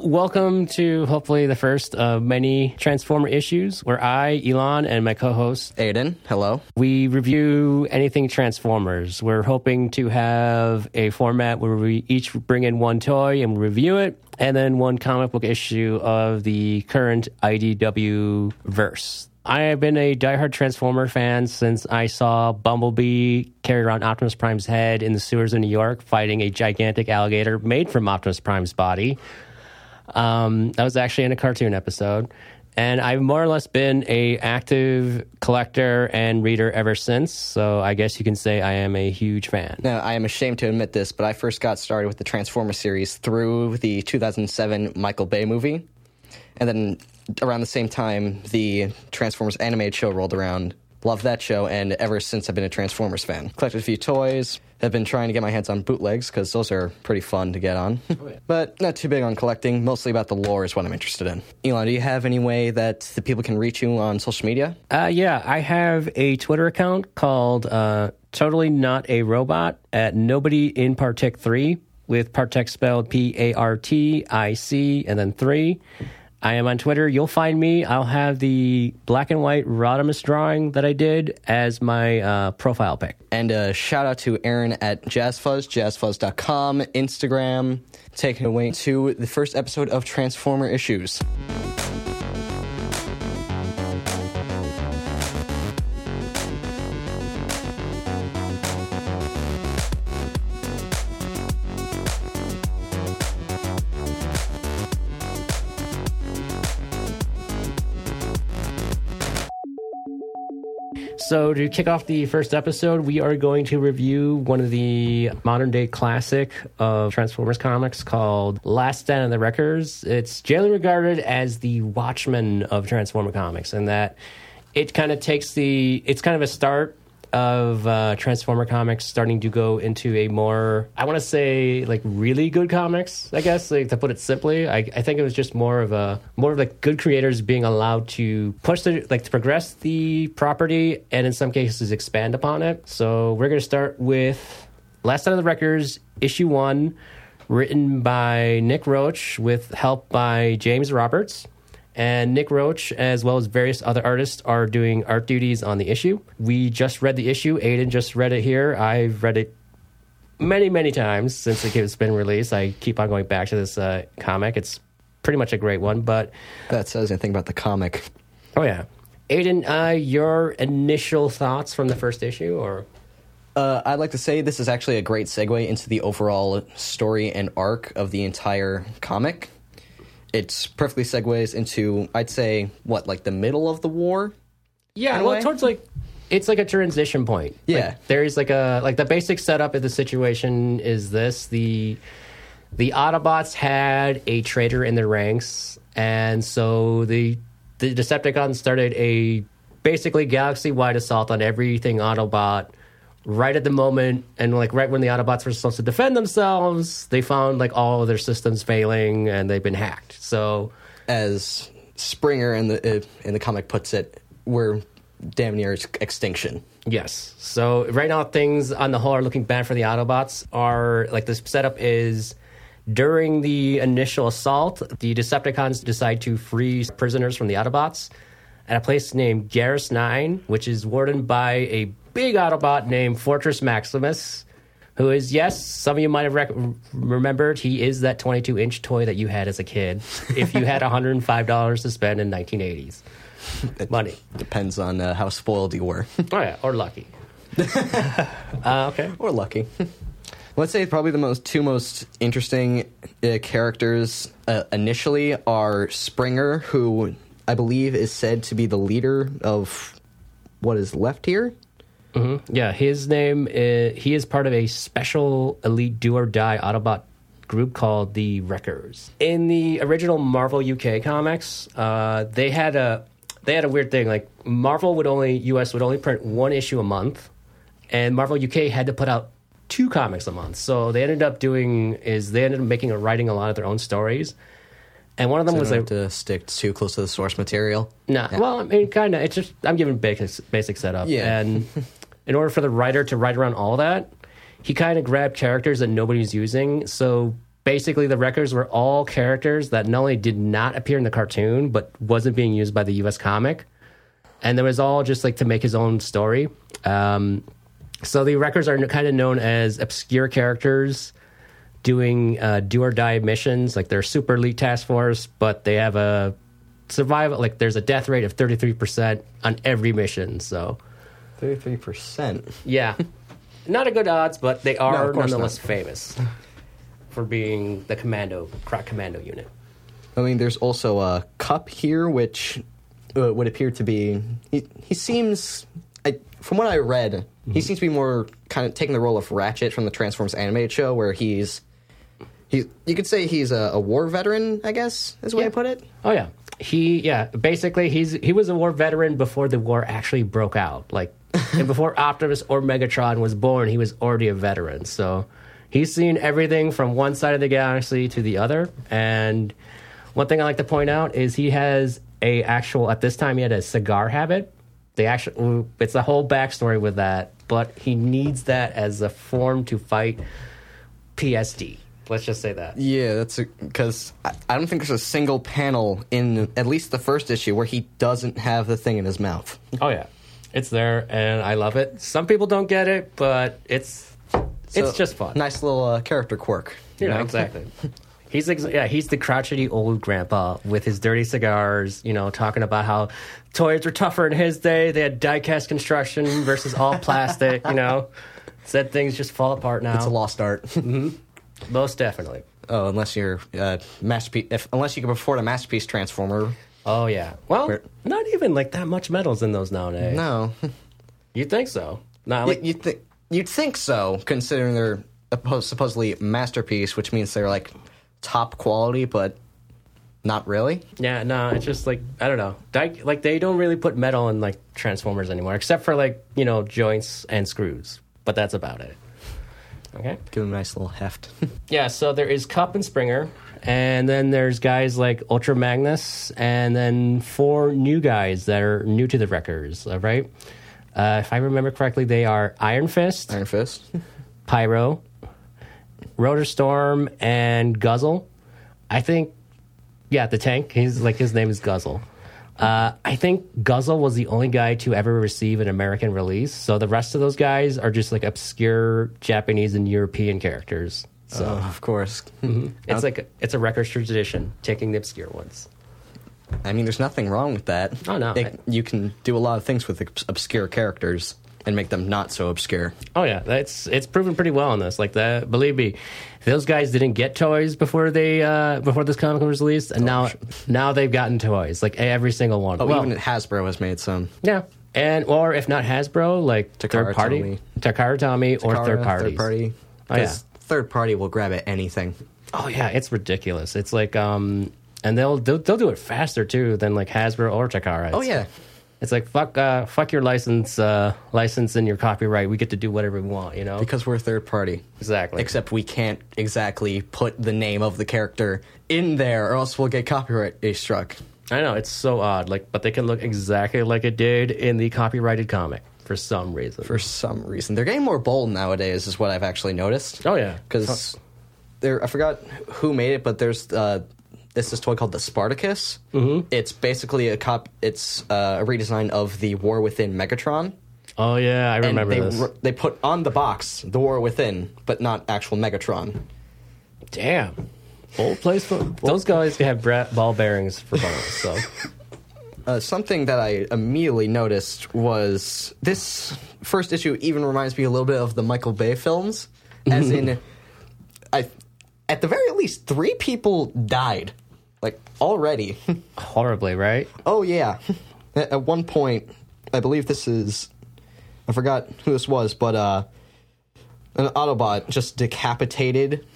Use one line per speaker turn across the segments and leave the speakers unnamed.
welcome to hopefully the first of many Transformer issues where I, Elon, and my co host
Aiden, hello.
we review anything Transformers. We're hoping to have a format where we each bring in one toy and review it, and then one comic book issue of the current IDW verse. I have been a diehard Transformer fan since I saw Bumblebee carry around Optimus Prime's head in the sewers of New York fighting a gigantic alligator made from Optimus Prime's body. Um, that was actually in a cartoon episode. And I've more or less been a active collector and reader ever since. So I guess you can say I am a huge fan.
Now, I am ashamed to admit this, but I first got started with the Transformers series through the 2007 Michael Bay movie. And then around the same time, the Transformers animated show rolled around. Loved that show, and ever since I've been a Transformers fan. Collected a few toys, have been trying to get my hands on bootlegs, because those are pretty fun to get on. but not too big on collecting, mostly about the lore is what I'm interested in. Elon, do you have any way that the people can reach you on social media?
Uh, yeah, I have a Twitter account called uh, Totally Not a Robot at Nobody in Partic 3 with Partic spelled P A R T I C and then 3. I am on Twitter. You'll find me. I'll have the black and white Rodimus drawing that I did as my uh, profile pic.
And a shout out to Aaron at JazzFuzz, jazzfuzz.com, Instagram. Taking away to the first episode of Transformer Issues.
So, to kick off the first episode, we are going to review one of the modern day classic of Transformers comics called Last Stand on the Wreckers. It's generally regarded as the Watchmen of Transformer comics, and that it kind of takes the, it's kind of a start of uh, Transformer comics starting to go into a more, I want to say, like really good comics. I guess, like to put it simply, I, I think it was just more of a more of like good creators being allowed to push the like to progress the property and in some cases expand upon it. So we're gonna start with Last Night of the Wreckers, issue one, written by Nick Roach with help by James Roberts. And Nick Roach, as well as various other artists, are doing art duties on the issue. We just read the issue. Aiden just read it here. I've read it many, many times since it's been released. I keep on going back to this uh, comic. It's pretty much a great one, but
That says anything about the comic.
oh yeah, Aiden, uh, your initial thoughts from the first issue, or
Uh, I'd like to say this is actually a great segue into the overall story and arc of the entire comic. It's perfectly segues into, I'd say, what, like the middle of the war?
yeah,
Anyway.
well, towards like it's like a transition point.
Yeah.
like, there is like a like the basic setup of the situation is this the the Autobots had a traitor in their ranks, and so the the Decepticons started a basically galaxy wide assault on everything Autobot. Right at the moment, and like right when the Autobots were supposed to defend themselves, they found like all of their systems failing and they've been hacked. So
As Springer in the, uh, in the comic puts it, we're damn near ex- extinction.
Yes. So right now, things on the whole are looking bad for the Autobots. Are like this setup is during the initial assault, the Decepticons decide to free prisoners from the Autobots at a place named Garrus Nine, which is wardened by a big Autobot named Fortress Maximus. Who is yes? Some of you might have rec- remembered he is that 22-inch toy that you had as a kid. if you had 105 dollars to spend in 1980s money,
Depends on uh, how spoiled you were.
oh yeah, or lucky. uh, okay.
or lucky. Let's say probably the most two most interesting uh, characters uh, initially are Springer, who I believe is said to be the leader of what is left here.
Mm-hmm. Yeah, his name. i he is part of a special elite do or die Autobot group called the Wreckers. In the original Marvel UK comics, uh, they had a they had a weird thing. Like Marvel would only US would only print one issue a month, and Marvel UK had to put out two comics a month. So they ended up doing is they ended up making or writing a lot of their own stories. And one of them
I
was
don't
like
have to stick too close to the source material.
no, well, I mean, kind of. It's just I'm giving basic basic setup,
Yeah.
and in order for the writer to write around all that, he kind of grabbed characters that nobody's using. So Basically, the records were all characters that not only did not appear in the cartoon, but wasn't being used by the U.S. comic, and there was all just like to make his own story. Um, so the records are kind of known as obscure characters doing uh, do or die missions. Like they're Super Elite Task Force, but they have a survival. Like there's a death rate of thirty three percent on every mission. So
Thirty-three percent.
yeah, not a good odds, but they are
course
nonetheless famous for being the commando, crack commando unit.
I mean, there's also a cup here, which uh, would appear to be. He, he seems, I, from what I read, he seems to be more kind of taking the role of Ratchet from the Transformers animated show, where he's. He, you could say he's a, a war veteran, I guess, is the way I put it.
Oh yeah, he yeah. Basically, he's he was a war veteran before the war actually broke out. Like, and before Optimus or Megatron was born, he was already a veteran. So he's seen everything from one side of the galaxy to the other. And one thing I like to point out is he has a actual at this time he had a cigar habit. They actually it's the whole backstory with that, but he needs that as a form to fight PSD. Let's just say that.
Yeah, that's because I, I don't think there's a single panel in at least the first issue where he doesn't have the thing in his mouth.
Oh yeah, it's there, and I love it. Some people don't get it, but it's
So,
it's just fun.
Nice little uh, character quirk. you
You know,
know?
exactly. He's ex- yeah, he's the crotchety old grandpa with his dirty cigars. You know, talking about how toys were tougher in his day. They had die-cast construction versus all plastic. you know, said things just fall apart now.
It's a lost art.
Most definitely.
Oh, unless you're uh, masterpiece. If unless you can afford a masterpiece transformer.
Oh yeah. Well,
Where-
not even like that much metals in those nowadays.
No,
You think so? Not
Y-
like
you think you'd think so, considering they're a po- supposedly masterpiece, which means they're like top quality, but not really.
Yeah, no, it's just like I don't know. Di- like they don't really put metal in like transformers anymore, except for like you know joints and screws. But that's about it. Okay.
Give them a nice little heft.
Yeah. So there is Cup and Springer, and then there's guys like Ultra Magnus, and then four new guys that are new to the records. All right. Uh, if I remember correctly, they are Iron Fist,
Iron Fist.
Pyro, Rotor Storm, and Guzzle. I think, yeah, the tank. He's like his name is Guzzle. Uh, I think Guzzle was the only guy to ever receive an American release. So the rest of those guys are just like obscure Japanese and European characters. So
Oh, of course.
it's like it's a records tradition taking the obscure ones.
I mean, there's nothing wrong with that.
Oh, no.
They- you can do a lot of things with obs- obscure characters and make them not so obscure.
Oh yeah, that's it's proven pretty well on this. Like that, believe me, those guys didn't get toys before they uh, before this comic was released,
Oh,
and now now they've gotten toys. Like every single one.
But
Well,
Oh, even Hasbro has made some.
yeah, and or if not Hasbro, like
Takara
third party,
Tomy.
Takara Tomy, or
Kara,
third parties.
Third party.
Oh, yeah.
'Cause Third party will grab at anything.
Oh yeah, it's ridiculous. It's like um, and they'll they'll, they'll do it faster too than like Hasbro or Takara.
Oh
It's-
yeah.
it's like fuck uh, fuck your license uh, license and your copyright. We get to do whatever we want, you know.
Because we're third party.
exactly.
Except we can't exactly put the name of the character in there, or else we'll get copyright struck.
I know it's so odd. Like, but they can look exactly like it did in the copyrighted comic for some reason.
For some reason, they're getting more bold nowadays, is what I've actually noticed.
oh yeah,
because there, I forgot who made it, but there's uh, this this toy called the Spartacus. Mm-hmm. It's basically a cop. It's uh, a redesign of the War Within Megatron.
oh yeah, I
And
remember
they
this.
r- they put on the box the War Within, but not actual Megatron.
Damn, old place. For, those guys have bra- ball bearings for balls. So
uh, something that I immediately noticed was this first issue even reminds me a little bit of the Michael Bay films, as in, I at the very least three people died, like already.
horribly, right?
oh yeah, at, at one point, I believe this is, I forgot who this was, but uh, an Autobot just decapitated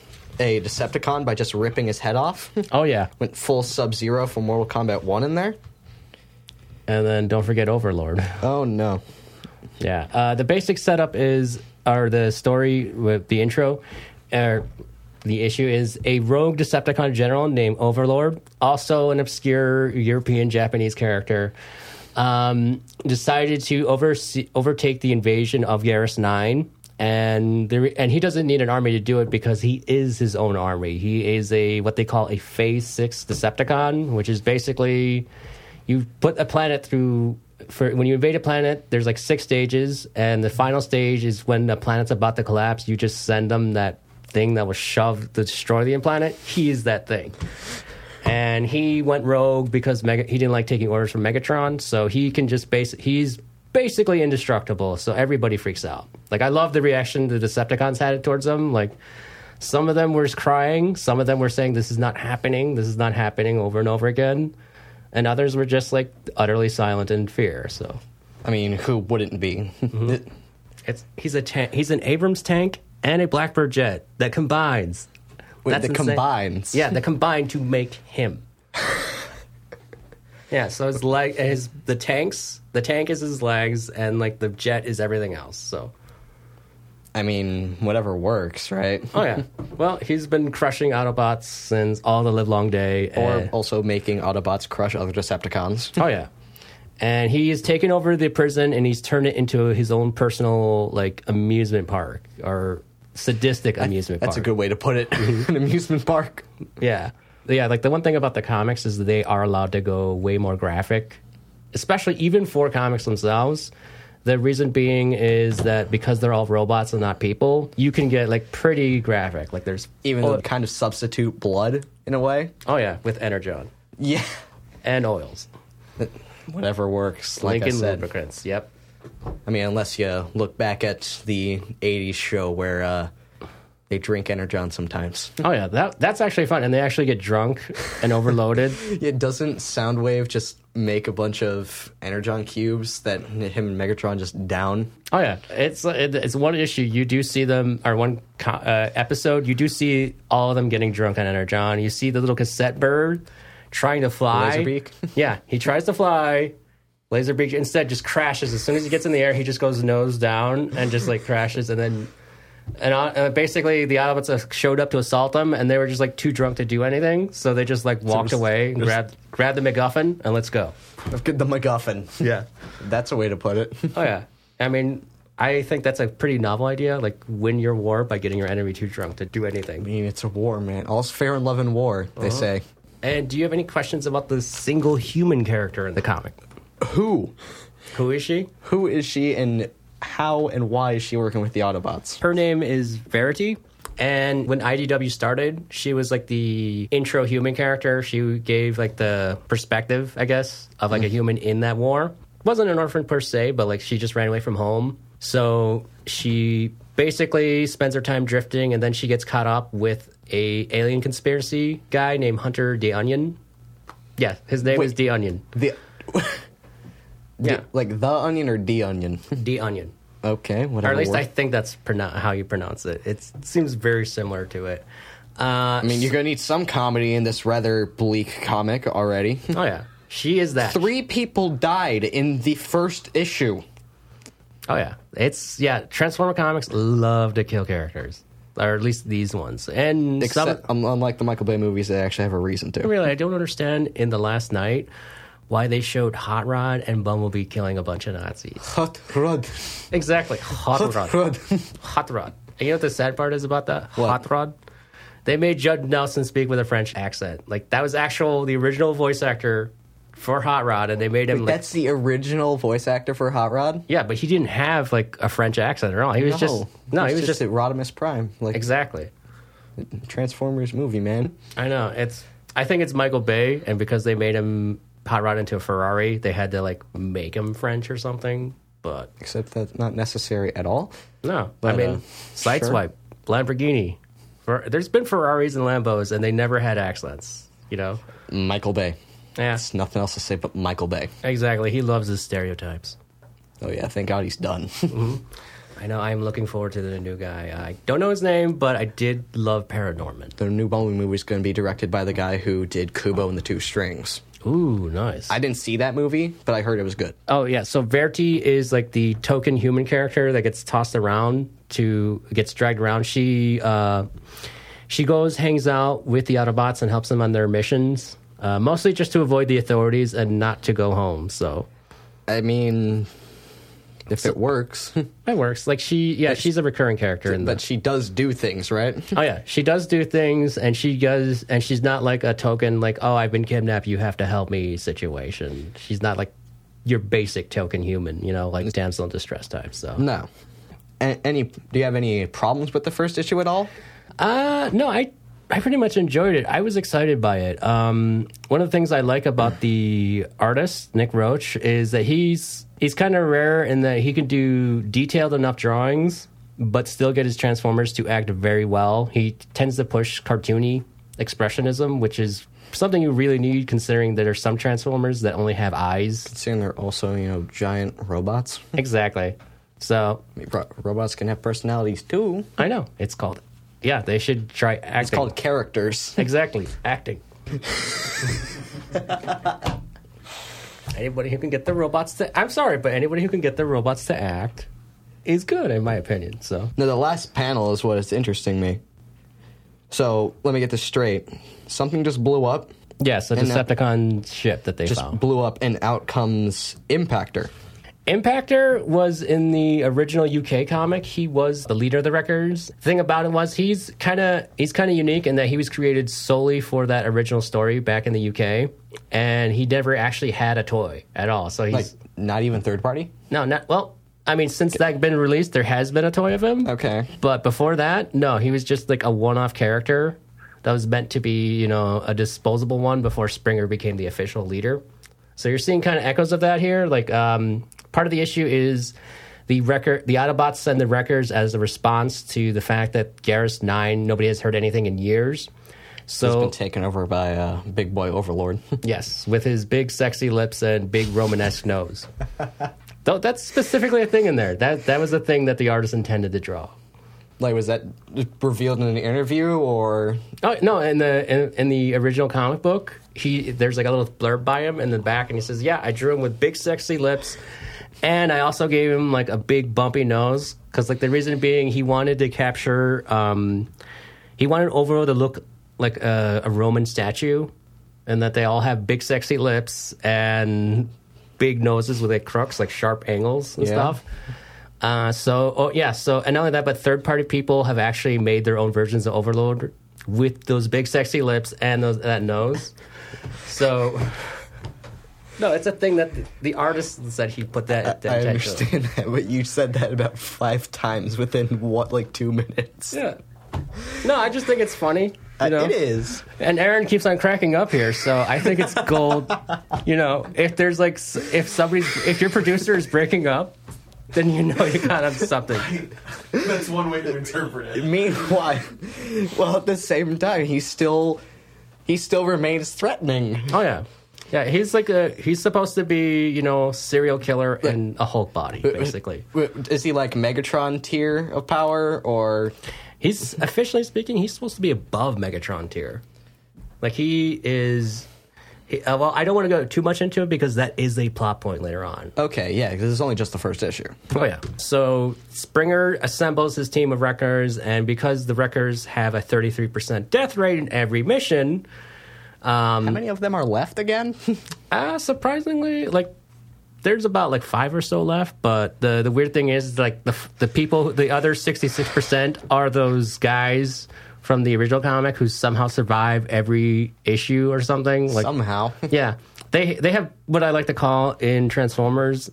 a Decepticon by just ripping his head off.
Oh yeah,
Went full Sub Zero from Mortal Kombat One in there.
and then don't forget Overlord.
Oh no.
Yeah. Uh, the basic setup is, or the story with the intro, or the issue is a rogue Decepticon general named Overlord, also an obscure European Japanese character, um, decided to oversee, overtake the invasion of Garrus 9 and there, and he doesn't need an army to do it because he is his own army. He is a what they call a Phase Six Decepticon, which is basically you put a planet through. For when you invade a planet, there's like six stages, and the final stage is when the planet's about to collapse. You just send them that thing that was shoved to destroy the planet. He is that thing and he went rogue because Mega, he didn't like taking orders from Megatron, so he can just base he's basically indestructible. So everybody freaks out. Like I love the reaction the Decepticons had towards him. Like some of them were crying, some of them were saying this is not happening, this is not happening over and over again, and others were just like utterly silent in fear. So
I mean, who wouldn't be?
it's he's a tank, he's an Abrams tank and a Blackbird jet that combines.
Wait,
That's
that
insane.
combines.
Yeah, they combined to make him. yeah, so his leg, his the tanks, the tank is his legs, and like the jet is everything else. So,
I mean, whatever works, right?
oh yeah, well he's been crushing Autobots since all the live long day.
Or
and-
also making Autobots crush other Decepticons.
oh yeah, and he's taken over the prison and he's turned it into his own personal like amusement park or sadistic amusement.
That's
park.
a good way to put it. An amusement park.
Yeah. Yeah, like the one thing about the comics is that they are allowed to go way more graphic, especially even for comics themselves. The reason being is that because they're all robots and not people, you can get like pretty graphic. Like there's
Even
oh,
though kind of substitute blood in a way.
oh yeah, with energon
Yeah.
and oils,
Whatever works. Like
Lincoln
I said.
lubricants. Yep.
I mean, unless you look back at the 80s show where uh, they drink Energon sometimes.
Oh yeah, that that's actually fun, and they actually get drunk and overloaded.
It doesn't Soundwave just make a bunch of Energon cubes that him and Megatron just down?
Oh yeah, it's it- it's one issue. You do see them, or one co- uh, episode, you do see all of them getting drunk on energon. You see the little cassette bird trying to fly.
Laserbeak?
yeah, he tries to fly. Laserbeak instead just crashes. As soon as he gets in the air, he just goes nose down and just like crashes, and then. And uh, uh, basically, the Autobots uh, showed up to assault them, and they were just like too drunk to do anything, so they just like walked
just-
away, and
just-
grabbed grabbed the MacGuffin, and let's go.
The MacGuffin.
Yeah.
That's a way to put it.
Oh yeah. I mean, I think that's a pretty novel idea. Like win your war by getting your enemy too drunk to do
I
anything.
mean, it's a war, man. All's fair in love and war, they say.
And do you have any questions about the single human character in the comic?
Who?
Who is she?
Who is she and how and why is she working with the Autobots?
Her name is Verity. And when IDW started, she was like the intro human character. She gave like the perspective, I guess, of
Mm.
like a human in that war. Wasn't an orphan per se, but like she just ran away from home. So she basically spends her time drifting and then she gets caught up with a alien conspiracy guy named Hunter De Onion. Yeah, his name
Wait.
is De Onion.
The.
Yeah,
Like the onion or the onion?
De Onion.
okay,
Or
whatever.
at least I
works.
think that's pronoun- how you pronounce it. It's, it seems very similar to it. Uh,
I mean, you're gonna need some comedy in this rather bleak comic already.
Oh yeah, she is that.
Three people died in the first issue.
Oh yeah, it's yeah. Transformer comics love to kill characters, or at least these ones. And some
Except, um, unlike the Michael Bay movies, they actually have a reason to.
really, I don't understand in the last night why they showed Hot Rod and Bumblebee killing a bunch of Nazis.
Hot Rod.
Exactly, Hot Rod.
Rod.
Hot Rod. And you know what the sad part is about that?
What?
Hot Rod. They made Judd Nelson speak with a French accent. Like that was actual the original voice actor for Hot Rod, and they made him like.
That's the original voice actor for Hot Rod.
yeah, but he didn't have like a French accent at all. He was just no, he was just
at Rodimus Prime, like
exactly.
Transformers movie, man.
I know it's. I think it's Michael Bay, and because they made him hot rod into a Ferrari, they had to like make him French or something. But
Except that's not necessary at all.
no, I
But,
mean,
uh,
sideswipe, Lamborghini. Fer- There's been Ferraris and Lambos, and they never had accents. You know,
Michael Bay.
yeah,
It's nothing else to say but Michael Bay.
exactly. He loves his stereotypes.
Oh yeah, thank God he's done.
I know. I'm looking forward to the new guy. I don't know his name, but I did love Paranorman.
the new Bumblebee movie is going to be directed by the guy who did Kubo and the Two Strings.
Ooh, nice.
I didn't see that movie, but I heard it was good.
Oh yeah, so Verity is like the token human character that gets tossed around to gets dragged around. She uh, she goes, hangs out with the Autobots and helps them on their missions, uh, mostly just to avoid the authorities and not to go home. So
I mean, If it works,
That works. Like she, yeah, she's a recurring character in the.
but she does do things, right?
oh yeah, she does do things, and she does, and she's not like a token, like oh I've been kidnapped, you have to help me situation. She's not like your basic token human, you know, like damsel in distress type. So
No. A- any? Do you have any problems with the first issue at all?
Uh, no, I I pretty much enjoyed it. I was excited by it. Um, one of the things I like about the artist Nick Roach is that he's he's kind of rare in that he can do detailed enough drawings, but still get his transformers to act very well. He tends to push cartoony expressionism, which is something you really need considering that there's some transformers that only have eyes.
Seeing they're also you know giant robots.
Exactly. So
I mean, ro- robots can have personalities too.
I know it's called. Yeah, they should try acting.
It's called characters.
Exactly. Acting. anybody who can get the robots to I'm sorry, but anybody who can get the robots to act is good in my opinion. So
Now, the last panel is what is interesting me. So, let me get this straight. Something just blew up,
Yes, a
And that-
Decepticon ship that they
just
found.
blew up, and out comes Impactor.
Impactor was in the original UK comic. He was the leader of the records. The thing about him was he's kind of he's kind of unique in that he was created solely for that original story back in the UK, and he never actually had a toy at all. So he's
Like, not even third party?
No, not well. I mean, since that been released, there has been a toy of him.
Okay.
But before that, no, he was just like a one-off character that was meant to be, you know, a disposable one before Springer became the official leader. So you're seeing kind of echoes of that here. Like um, part of the issue is the record, the Autobots send the records as a response to the fact that Garrus Nine, nobody has heard anything in years.
It's
So
been taken over by uh, Big Boy Overlord.
Yes, with his big sexy lips and big Romanesque nose. Though that's specifically a thing in there. That that was a thing that the artist intended to draw.
like, was that revealed in an interview, or
Oh no! In the in, in the original comic book, he there's like a little blurb by him in the back, and he says, "Yeah, I drew him with big sexy lips, and I also gave him like a big bumpy nose because like the reason being he wanted to capture, um, he wanted overall to look like a, a Roman statue, and that they all have big sexy lips and big noses with like crooks, like sharp angles and
Yeah.
stuff." Uh, so, oh, yeah, so, and not only that, but third party people have actually made their own versions of Overlord with those big, sexy lips and those, that nose. So, no, it's a thing that the, the artist said he put that. that
I
intentionally.
understand that, but you said that about five times within what, like two minutes?
Yeah. No, I just think it's funny. You
Uh,
know?
It is.
And Aaron keeps on cracking up here, so I think it's gold. you know, if there's like, s- if somebody's, if your producer is breaking up, then you know you got onto something.
That's one way to interpret it.
Meanwhile, well, at the same time, he still he still remains threatening.
Oh yeah, yeah. He's like a he's supposed to be you know serial killer in a Hulk body basically.
W- Is he like Megatron tier of power, or
He's officially speaking, he's supposed to be above Megatron tier. Like he is. He, uh, well, I don't want to go too much into it because that is a plot point later on.
okay, yeah, 'cause this is only just the first issue.
Oh yeah. So Springer assembles his team of wreckers, and because the wreckers have a thirty-three percent death rate in every mission, um,
How many of them are left again?
Uh, surprisingly, like there's about like five or so left. But the the weird thing is, like the the people, the other sixty six percent are those guys from the original comic who somehow survive every issue or something. Like
Somehow,
yeah, they they have what I like to call in Transformers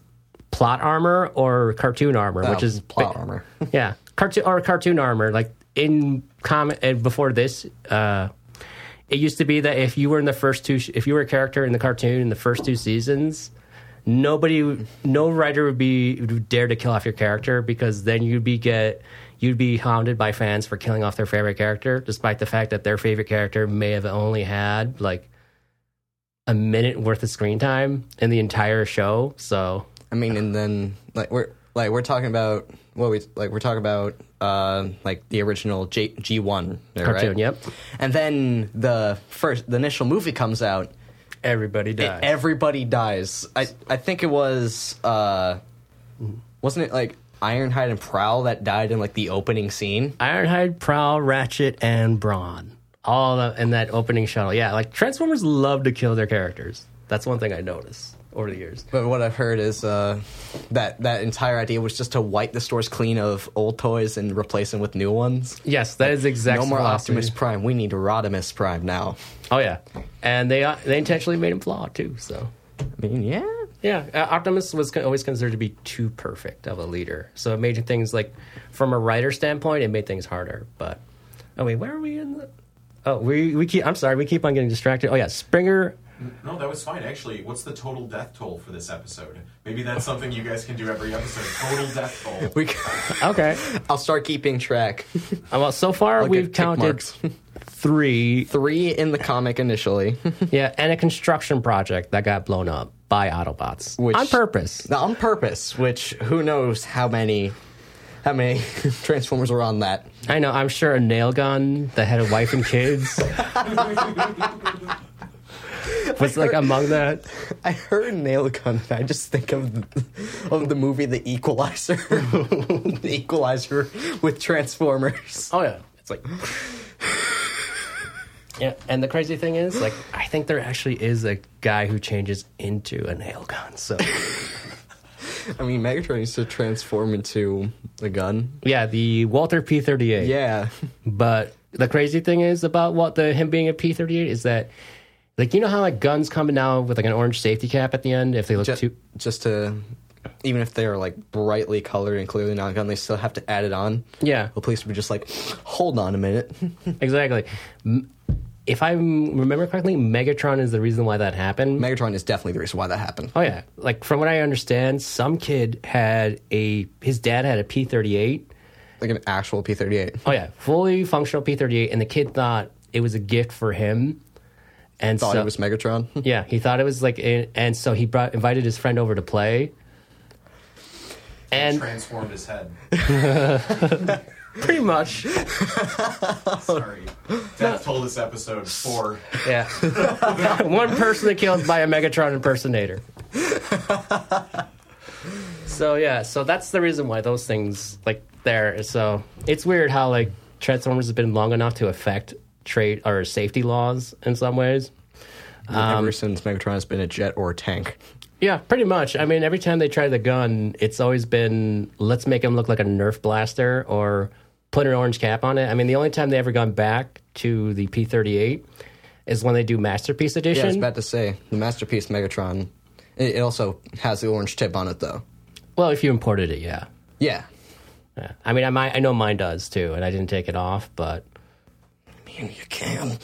plot armor or cartoon armor, which
Oh,
is
plot armor.
yeah, cartoon or cartoon armor. Like in comic and before this, uh, it used to be that if you were in the first two, if you were a character in the cartoon in the first two seasons. Nobody, no writer would be would dare to kill off your character because then you'd be get you'd be hounded by fans for killing off their favorite character, despite the fact that their favorite character may have only had like a minute worth of screen time in the entire show. So
I mean, and then like we're like we're talking about what we like we're talking about uh like the original G G one
cartoon,
right?
yep.
And then the first the initial movie comes out.
Everybody
it- everybody dies. I I think it was uh wasn't it like Ironhide and Prowl that died in like the opening scene?
Ironhide, Prowl, Ratchet, and Brawn. All the, in that opening shuttle. Yeah, like Transformers love to kill their characters. That's one thing I noticed over the years.
But what I've heard is uh, that that entire idea was just to wipe the stores clean of old toys and replace them with new ones.
Yes, that is exactly.
No more Optimus Prime. We need Rodimus Prime now.
Oh yeah, and they uh, they intentionally made him flawed too. So
I mean, yeah.
yeah, uh, Optimus was co- always considered to be too perfect of a leader. So it made things like from a writer standpoint, it made things harder. But oh wait, where are we in? The, oh, we we keep. I'm sorry, we keep on getting distracted. Oh yeah, Springer.
No, that was fine. Actually, what's the total death toll for this episode? Maybe that's something you guys can do every episode. Total death toll.
We,
Okay,
I'll start keeping track.
Uh, well, so far
I'll
we've
get tick
counted
marks.
three.
Three in the comic initially.
Yeah, and a construction project that got blown up by Autobots
Which-
on purpose.
Now, on purpose, which who knows how many how many Transformers were on that.
I know. I'm sure a nail gun that had a wife and kids was like among that.
I heard nail gun and I just think of of the movie The Equalizer. the Equalizer with Transformers.
Oh yeah, it's like. Yeah, and the crazy thing is, like, I think there actually is a guy who changes into a nail gun. So,
I mean Megatron used to transform into a gun.
yeah, the Walter P38.
Yeah.
But the crazy thing is about what the him being a P thirty eight is that like you know how like guns come now with like an orange safety cap at the end if they look
Just,
too
just to even if they are like brightly colored and clearly not a gun, they still have to add it on.
yeah
The police would be just like, hold on a minute.
exactly. M- If I m- remember correctly, Megatron is the reason why that happened.
Megatron is definitely the reason why that happened.
oh yeah, like from what I understand, some kid had a his dad had a P thirty eight.
Like an actual P thirty eight.
Oh yeah, fully functional P thirty eight, and the kid thought it was a gift for him, and
Thought
so,
it was Megatron.
Yeah, he thought it was like, and, and so he brought invited his friend over to play, and
Transformed his head.
pretty much,
Sorry. Death toll this episode four.
yeah, one person killed by a Megatron impersonator. so yeah, so that's the reason why those things like there. So it's weird how like Transformers has been long enough to affect trade or safety laws in some ways. Um
Ever since Megatron has been a jet or a tank.
Yeah, pretty much. I mean, every time they try the gun, it's always been let's make him look like a Nerf blaster or put an orange cap on it. I mean, the only time they ever gone back to the P thirty eight is when they do Masterpiece
Yeah, I was
Edition.
about to say the masterpiece Megatron. It, it also has the orange tip on it, though.
well, if you imported it, yeah.
Yeah,
yeah. I mean, I might, I know mine does too, and I didn't take it off, but
man, you can.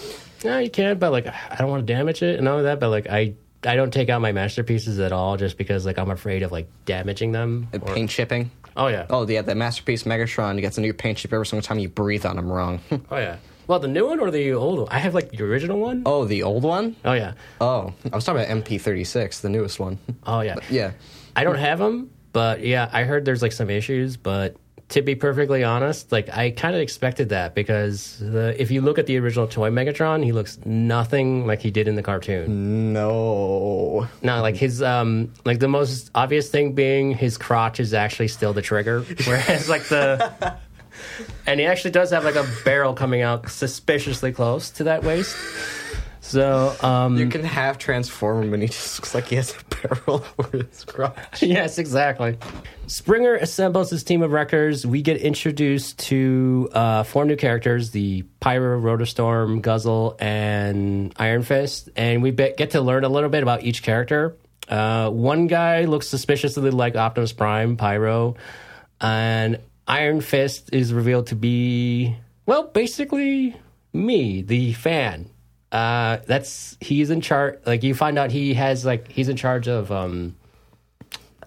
no, you can. But like, I don't want to damage it and all of that. But like, I I don't take out my masterpieces at all just because like I'm afraid of like damaging them.
And
or-
paint chipping.
oh yeah.
Oh yeah, that masterpiece Megatron gets a new paint chip every single time you breathe on him wrong.
Oh yeah. Well, the new one or the old one? I have like the original one.
oh, the old one.
Oh yeah.
Oh, I was talking about MP36, the newest one.
Oh yeah.
yeah,
I don't have them, but yeah, I heard there's like some issues. But to be perfectly honest, like I kind of expected that because the, if you look at the original toy Megatron, he looks nothing like he did in the cartoon.
no.
No, like his um, like the most obvious thing being his crotch is actually still the trigger, whereas like the. And he actually does have like a barrel coming out suspiciously close to that waist. So, um,
You can half transform him, and he just looks like he has a barrel over his crotch.
yes, exactly. Springer assembles his team of wreckers. We get introduced to uh, four new characters: the Pyro, Rotostorm, Guzzle, and Iron Fist. And we be- get to learn a little bit about each character. Uh, one guy looks suspiciously like Optimus Prime, Pyro, and Iron Fist is revealed to be well, basically me, the fan. Uh, that's he's in charge. Like you find out, he has like he's in charge of um,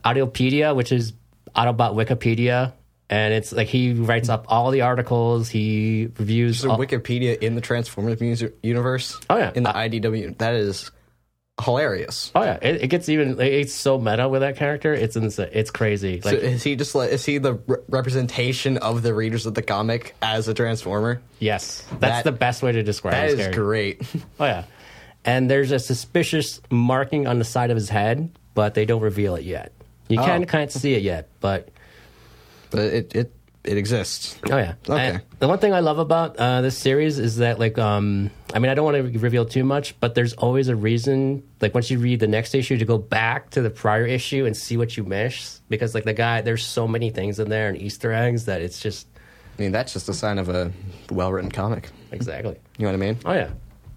Audiopedia, which is Autobot Wikipedia, and it's like he writes up all the articles, he reviews.
So
all-
Wikipedia in the Transformers mu- universe.
Oh, yeah.
in the IDW. That is hilarious.
oh yeah, it, it gets even. like, It's so meta with that character. It's insane. It's crazy. Like
So is he just like is he the re- representation of the readers of the comic as a transformer?
yes, that's
that-
the best way to describe.
That
this
is
character.
great.
Oh yeah, and there's a suspicious marking on the side of his head, but they don't reveal it yet. You can
Oh.
can't see it yet, but
But it it it exists.
Oh yeah.
Okay.
And the one thing I love about uh, this series is that, like, um, I mean, I don't want to reveal too much, but there's always a reason. Like, once you read the next issue, to go back to the prior issue and see what you missed, because like the guy, there's so many things in there and Easter eggs that it's just
I mean, that's just a sign of a well written comic.
exactly.
You know what I mean?
Oh yeah.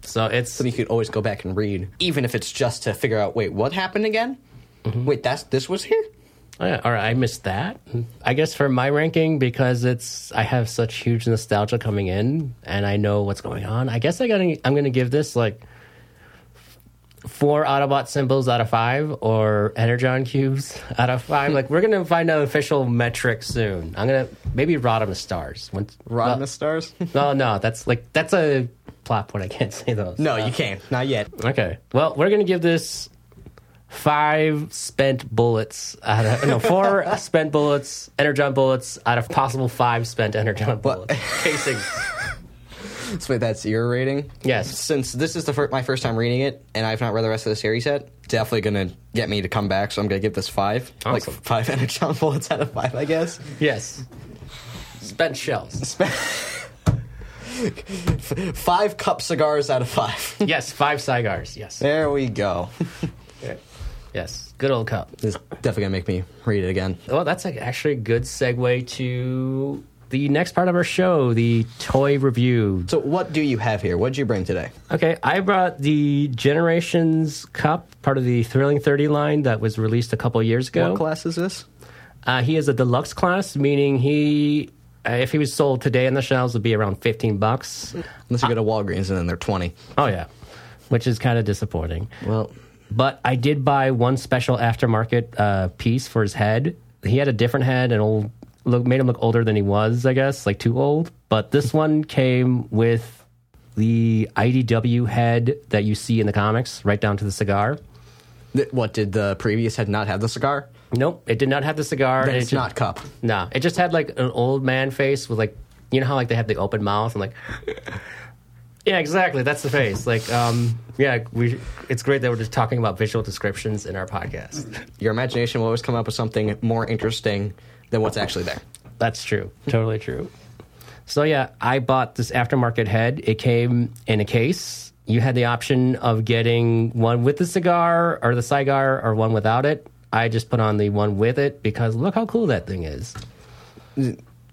So it's
Something you could always go back and read, even if it's just to figure out, wait, what happened again? Wait, that's this was here.
Oh, yeah. All right, I missed that. I guess for my ranking, because it's I have such huge nostalgia coming in, and I know what's going on. I guess I got. I'm going to give this like four Autobot symbols out of five, or Energon cubes out of five. like we're going to find an official metric soon. I'm going to maybe Rodimus stars. Once
Rodimus stars?
No, no, that's like that's a plot point. I can't say those.
no, you can't. Not yet.
Okay. Well, we're gonna give this five spent bullets out of no four spent bullets, energon bullets out of possible five spent energon bullets. Casing.
So wait, that's your rating?
Yes.
Since this is the fir- my first time reading it, and I've not read the rest of the series yet, definitely gonna get me to come back. So I'm gonna give this five, like
Awesome.
five energon bullets out of five, I guess.
Yes. Spent shells.
Five cup cigars out of five.
Yes, five cigars. Yes.
there we go.
Yes. Good old cup.
This is definitely gonna make me read it again.
Well, that's like actually a good segue to the next part of our show, the toy review.
So what do you have here? What would you bring today?
Okay, I brought the Generations Cup, part of the Thrilling 30 line that was released a couple years ago.
What class is this?
Uh, he is a deluxe class, meaning he, uh, if he was sold today on the shelves, would be around fifteen bucks.
Unless you go to Walgreens and then they're twenty.
Oh yeah, which is kind of disappointing.
Well,
But I did buy one special aftermarket uh, piece for his head. He had a different head and old look made him look older than he was, I guess, like too old. But this one came with the IDW head that you see in the comics, right down to the cigar.
th- what did the previous head not have the cigar?
Nope, it did not have the cigar.
Then
and it
it's
ju-
not cup.
No, it just had like an old man face with like, you know how like they have the open mouth and like, yeah, exactly. That's the face. Like, um, yeah, we. It's great that we're just talking about visual descriptions in our podcast.
Your imagination will always come up with something more interesting than what's actually there.
That's true. Totally true. So yeah, I bought this aftermarket head. It came in a case. You had the option of getting one with the cigar or the cigar or one without it. I just put on the one with it because look how cool that thing is.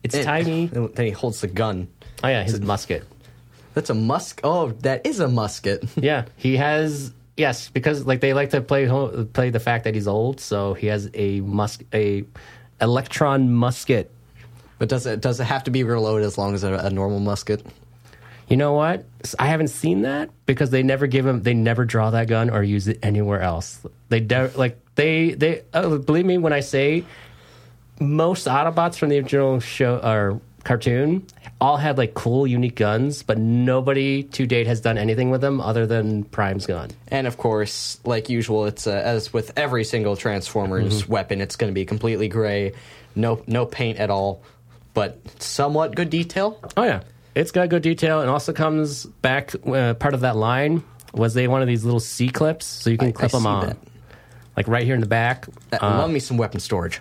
It's
And-
tiny.
and Eh. Then he holds the gun.
Oh yeah, his musket.
That's a musk. Oh, that is a musket.
Yeah, he has. Yes, because like they like to play ho- play the fact that he's old, so he has a musk a electron musket.
but does it does it have to be reloaded as long as a, a normal musket?
You know what? S- I haven't seen that because they never give him. They never draw that gun or use it anywhere else. They de- like they they oh, believe me when I say most Autobots from the original show or cartoon all had like cool unique guns, but nobody to date has done anything with them other than Prime's gun.
And of course, like usual, it's uh, as with every single Transformers
Mm-hmm.
weapon, it's going to be completely gray, no no paint at all, but somewhat good detail.
Oh yeah, it's got good detail, and also comes back uh, part of that line was they one of these little C clips, so you can clip
I
them
see
on,
that. Uh,
like right here in the back.
That- love me some weapon storage.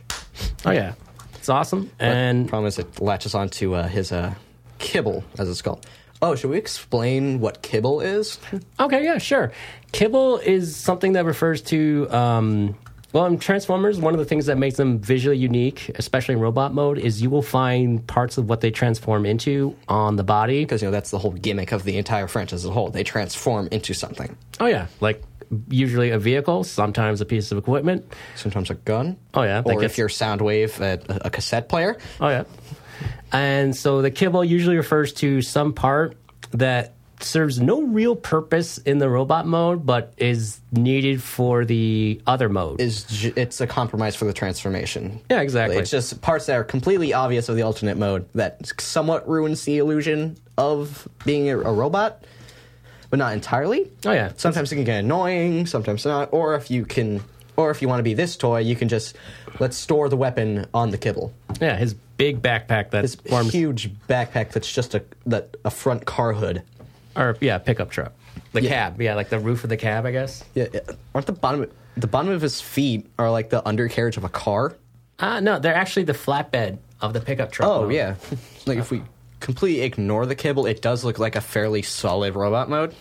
Oh yeah, it's awesome. And
Problem is, it latches onto uh, his uh, kibble, as it's called. Oh, should we explain what kibble is?
okay, yeah, sure. Kibble is something that refers to. Um, well, in Transformers, one of the things that makes them visually unique, especially in robot mode, is you will find parts of what they transform into on the body.
Because you know that's the whole gimmick of the entire franchise as a whole. They transform into something.
Oh yeah, like usually a vehicle, sometimes a piece of equipment.
Sometimes a gun.
Oh, yeah, that
Or
gets-
if you're Soundwave, a, a cassette player.
Oh yeah. And so the kibble usually refers to some part that serves no real purpose in the robot mode, but is needed for the other mode.
is j- it's a compromise for the transformation.
Yeah, exactly.
It's just parts that are completely obvious of the alternate mode that somewhat ruins the illusion of being a, a robot, but not entirely.
Oh, yeah.
Sometimes it can get annoying, sometimes not. Or if you can, or if you want to be this toy, you can just let's store the weapon on the kibble.
yeah, his big backpack that
This
forms
huge backpack that's just a that a front car hood.
or yeah, pickup truck. The cab, yeah, like the roof of the cab, I guess.
Yeah, yeah. aren't the bottom the bottom of his feet are like the undercarriage of a car?
Uh no, they're actually the flatbed of the pickup truck.
Oh
mode.
yeah, like if we completely ignore the cable, it does look like a fairly solid robot mode.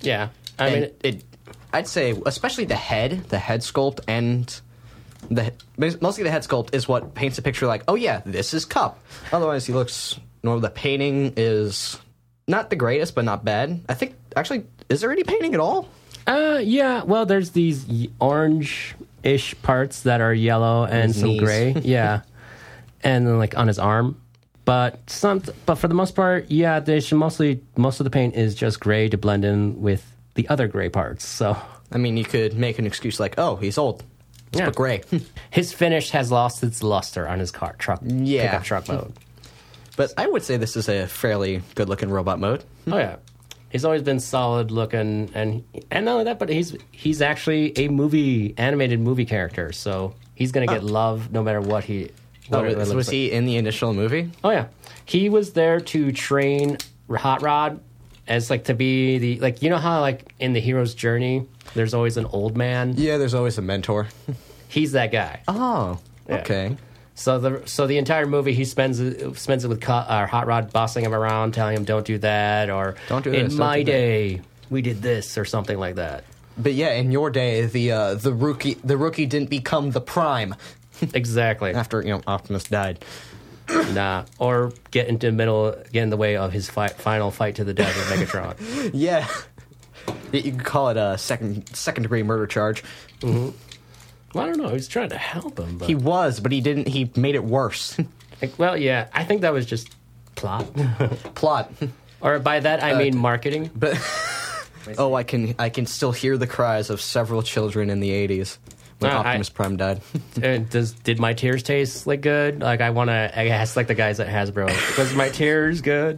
yeah. I
And
mean,
it. I'd say, especially the head, the head sculpt, and the mostly the head sculpt is what paints a picture like, oh yeah, this is Cup. Otherwise, he looks normal. The painting is not the greatest, but not bad. I think actually, is there any painting at all?
Uh, yeah. Well, there's these orange ish parts that are yellow and
His
some
knees.
gray. Yeah, and then like on his arm. But some, but for the most part, yeah, they should mostly most of the paint is just gray to blend in with the other gray parts. So
I mean, you could make an excuse like, oh, he's old. Let's
Yeah.
put gray.
his finish has lost its luster on his car truck.
Yeah.
pickup truck mode.
but I would say this is a fairly good-looking robot mode.
Oh yeah, he's always been solid looking, and and not only that, but he's he's actually a movie animated movie character, so he's gonna get love no matter what he.
Ah. Oh,
What it
was
looks
was
like.
he in the initial movie?
Oh yeah, he was there to train Hot Rod as like to be the like you know how like in the hero's journey there's always an old man.
Yeah, there's always a mentor.
He's that guy.
Oh,
Yeah.
okay.
So the so the entire movie he spends spends it with Co- uh, Hot Rod bossing him around, telling him don't do that or
Don't do
in
this, don't
my
do that."
day we did this or something like that.
But yeah, in your day, the uh, the rookie the rookie didn't become the prime
Exactly.
after you know Optimus died.
nah. Or get into the middle, get in the way of his fi- final fight to the death with Megatron.
Yeah, you you could call it a second second degree murder charge.
well, I don't know. He was trying to help him, but
He was, but he didn't. He made it worse.
like, well, yeah. I think that was just plot.
Plot.
Or by that I mean marketing.
But oh, I can I can still hear the cries of several children in the '80s when
Ah, I-
Optimus Prime died.
And does did my tears taste like good? Like I want to ask like the guys at Hasbro. Was my tears good?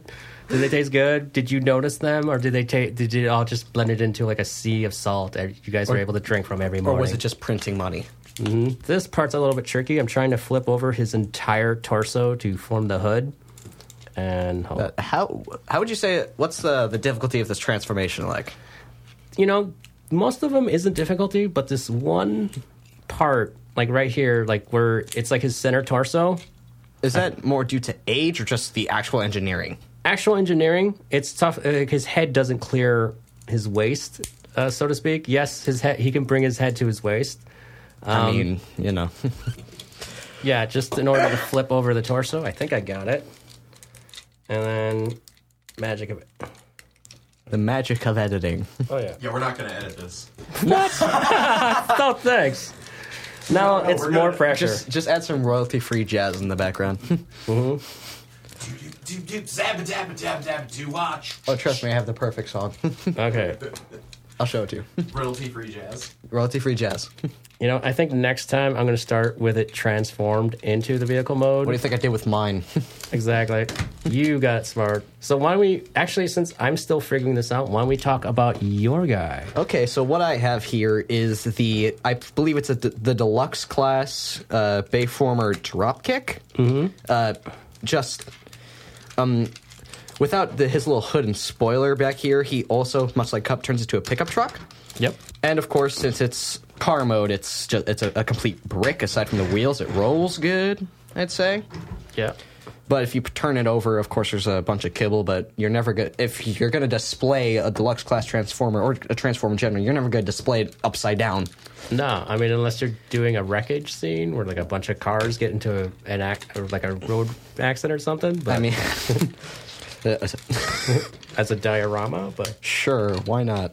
Did they taste good? Did you notice them, or did they ta- did it all just blend it into like a sea of salt that you guys were able to drink from every
or
morning?
was it just printing money?
this part's a little bit tricky. I'm trying to flip over his entire torso to form the hood, and hold-
Uh, How how would you say what's the the difficulty of this transformation like?
you know, most of them isn't difficulty, but this one part, like right here, like where it's like his center torso,
Is that more due to age or just the actual engineering?
actual engineering, it's tough. uh, Like his head doesn't clear his waist, uh, so to speak. Yes, his head. He can bring his head to his waist.
I mean, you know.
Yeah, just in order to flip over the torso. I think I got it. And then magic of it.
The magic of editing.
Oh yeah.
Yeah, we're not going to edit this.
oh thanks. Now it's
we're
more
gonna-
pressure.
Just, just add some royalty-free jazz in the background.
Do, do, do, do, zabba dabba dab dab do watch.
oh, trust me, I have the perfect song.
Okay.
I'll show it to you.
Royalty free jazz.
royalty-free jazz. What
You know, I think next time I'm going to start with it transformed into the vehicle mode.
do you think I did with mine?
Exactly. You got smart. So why don't we actually since I'm still figuring this out, why don't we talk about your guy?
okay, so what I have here is the I believe it's a d the deluxe class uh, Bayformer dropkick. Mm-hmm. Uh, just um, without the, his little hood and spoiler back here, he also much like Cup turns into a pickup truck.
Yep.
And of course, since it's car mode, it's just it's a, a complete brick. Aside from the wheels, it rolls good. I'd say.
Yeah.
But if you turn it over, of course, there's a bunch of kibble. But you're never gonna if you're gonna display a deluxe class transformer or a transformer in general, you're never gonna display it upside down.
No, I mean unless you're doing a wreckage scene where like a bunch of cars get into an act or like a road accident or something, but
I mean, uh,
as a diorama, but
sure, why not?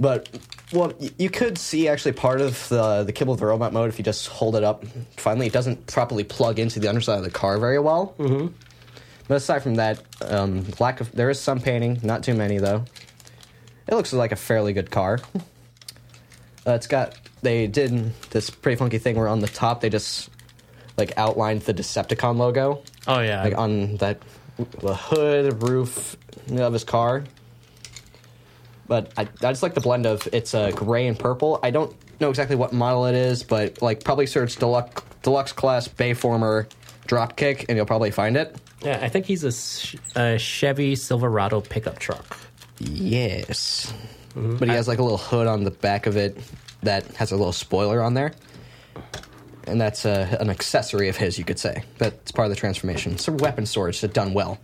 But well, y- you could see actually part of the the kibble of the robot mode if you just hold it up. Finally, it doesn't properly plug into the underside of the car very well. Mm-hmm. But aside from that, um, lack of there is some painting, not too many though. It looks like a fairly good car. Uh, it's got they did this pretty funky thing where on the top they just like outlined the Decepticon logo
Oh yeah.
like on that the hood roof of his car. But I, I just like the blend of it's uh, gray and purple. I don't know exactly what model it is, but like probably search deluxe deluxe class Bayformer dropkick, and you'll probably find it.
yeah, I think he's a, sh- a Chevy Silverado pickup truck.
Yes, Mm-hmm. but he has like a little hood on the back of it that has a little spoiler on there. and that's uh, an accessory of his, you could say. That's part of the transformation. It's a weapon storage that done well.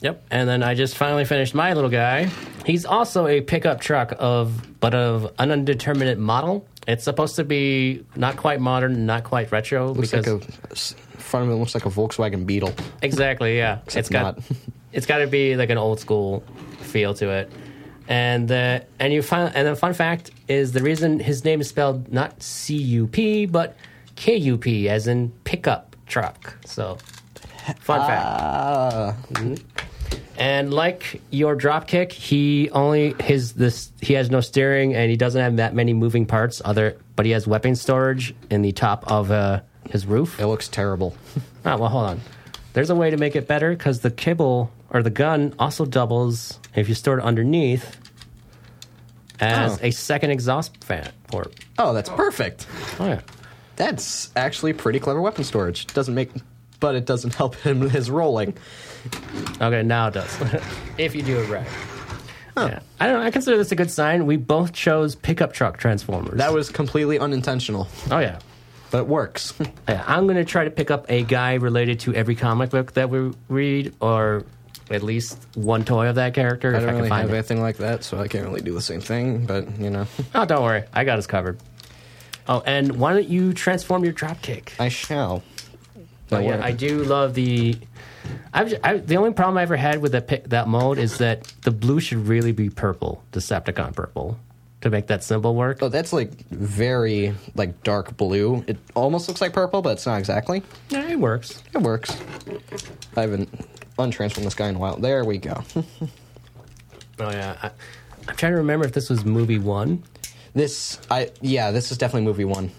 Yep. And then I just finally finished my little guy. He's also a pickup truck of, but of an undetermined model. It's supposed to be not quite modern, not quite retro.
Looks like a s- front of it looks like a Volkswagen Beetle.
Exactly. Yeah. it's got
not.
it's got to be like an old school feel to it. And uh, and you find and the fun fact is the reason his name is spelled not C U P but K U P as in pickup truck. So fun fact. Mhm. And like your dropkick, he only his this he has no steering and he doesn't have that many moving parts. Other but he has weapon storage in the top of uh, his roof.
It looks terrible.
Oh, well, hold on. There's a way to make it better because the kibble or the gun also doubles if you store it underneath as
Oh.
a second exhaust fan port.
Oh, that's perfect.
Oh, yeah.
That's actually pretty clever weapon storage. Doesn't make, but it doesn't help him with his rolling.
Okay, now it does. if you do it right. Yeah. I don't know. I consider this a good sign. We both chose pickup truck transformers.
That was completely unintentional,
oh, yeah.
but it works.
Yeah, I'm going to try to pick up a guy related to every comic book that we read or at least one toy of that character
I
if I
don't
can
really
find it.
have anything like that, so I can't really do the same thing. But you know,
Oh, don't worry. I got us covered. Oh, and why don't you transform your dropkick?
I shall.
But yeah, I do love the. I've, j- I, the only problem I ever had with that pi- that mode is that the blue should really be purple, Decepticon purple, to make that symbol work.
Oh, that's like very like dark blue. It almost looks like purple, but it's not exactly.
Yeah, it works.
It works. I haven't untransformed this guy in a while. There we go.
Oh yeah, I, I'm trying to remember if this was movie one.
This, I yeah, this is definitely movie one.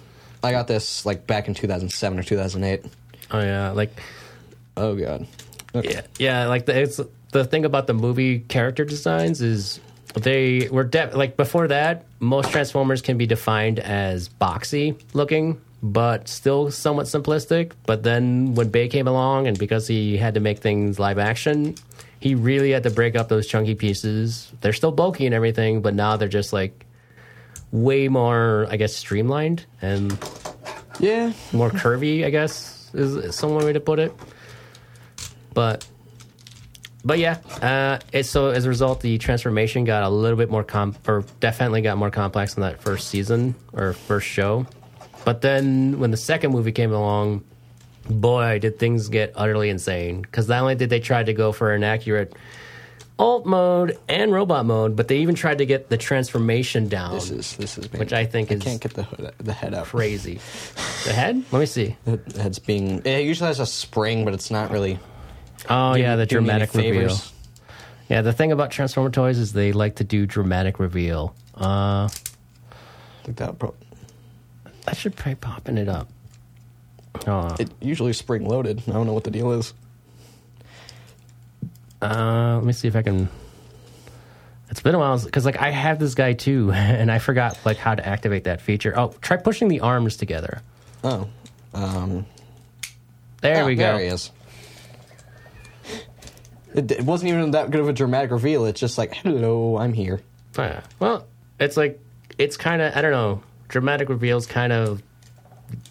I got this like back in 2007 or 2008.
Oh yeah, like
Oh god. Okay.
yeah, yeah, like the, it's the thing about the movie character designs is they were def- like before that most Transformers can be defined as boxy looking. But still somewhat simplistic. But then when Bay came along, and because he had to make things live action, he really had to break up those chunky pieces. They're still bulky and everything, but now they're just like way more, I guess, streamlined and
Yeah.
more curvy, I guess, is, is some way to put it. But but yeah, uh, it's so as a result, the transformation got a little bit more comp, or definitely got more complex in that first season or first show. But then when the second movie came along, boy, did things get utterly insane. Because not only did they try to go for an accurate alt mode and robot mode, but they even tried to get the transformation down,
This is this is being,
which I think is
can't get the hood, the head up.
crazy. the head? Let me see.
The head's being. It usually has a spring, but it's not really.
Oh yeah, the
doing me any
dramatic reveal.
favors.
Yeah, the thing about Transformer toys is they like to do dramatic reveal. Uh,
Like that. Pro-
that should probably popping it up. Oh,
it usually spring loaded. I don't know what the deal is.
uh, let me see if I can. It's been a while because like I have this guy too, and I forgot like how to activate that feature. Oh, try pushing the arms together.
Oh. Um,
There
ah,
we go.
There he is. It, it wasn't even that good of a dramatic reveal. It's just like, hello, I'm here.
Oh, yeah. Well, it's like it's kind of I don't know. Dramatic reveals kind of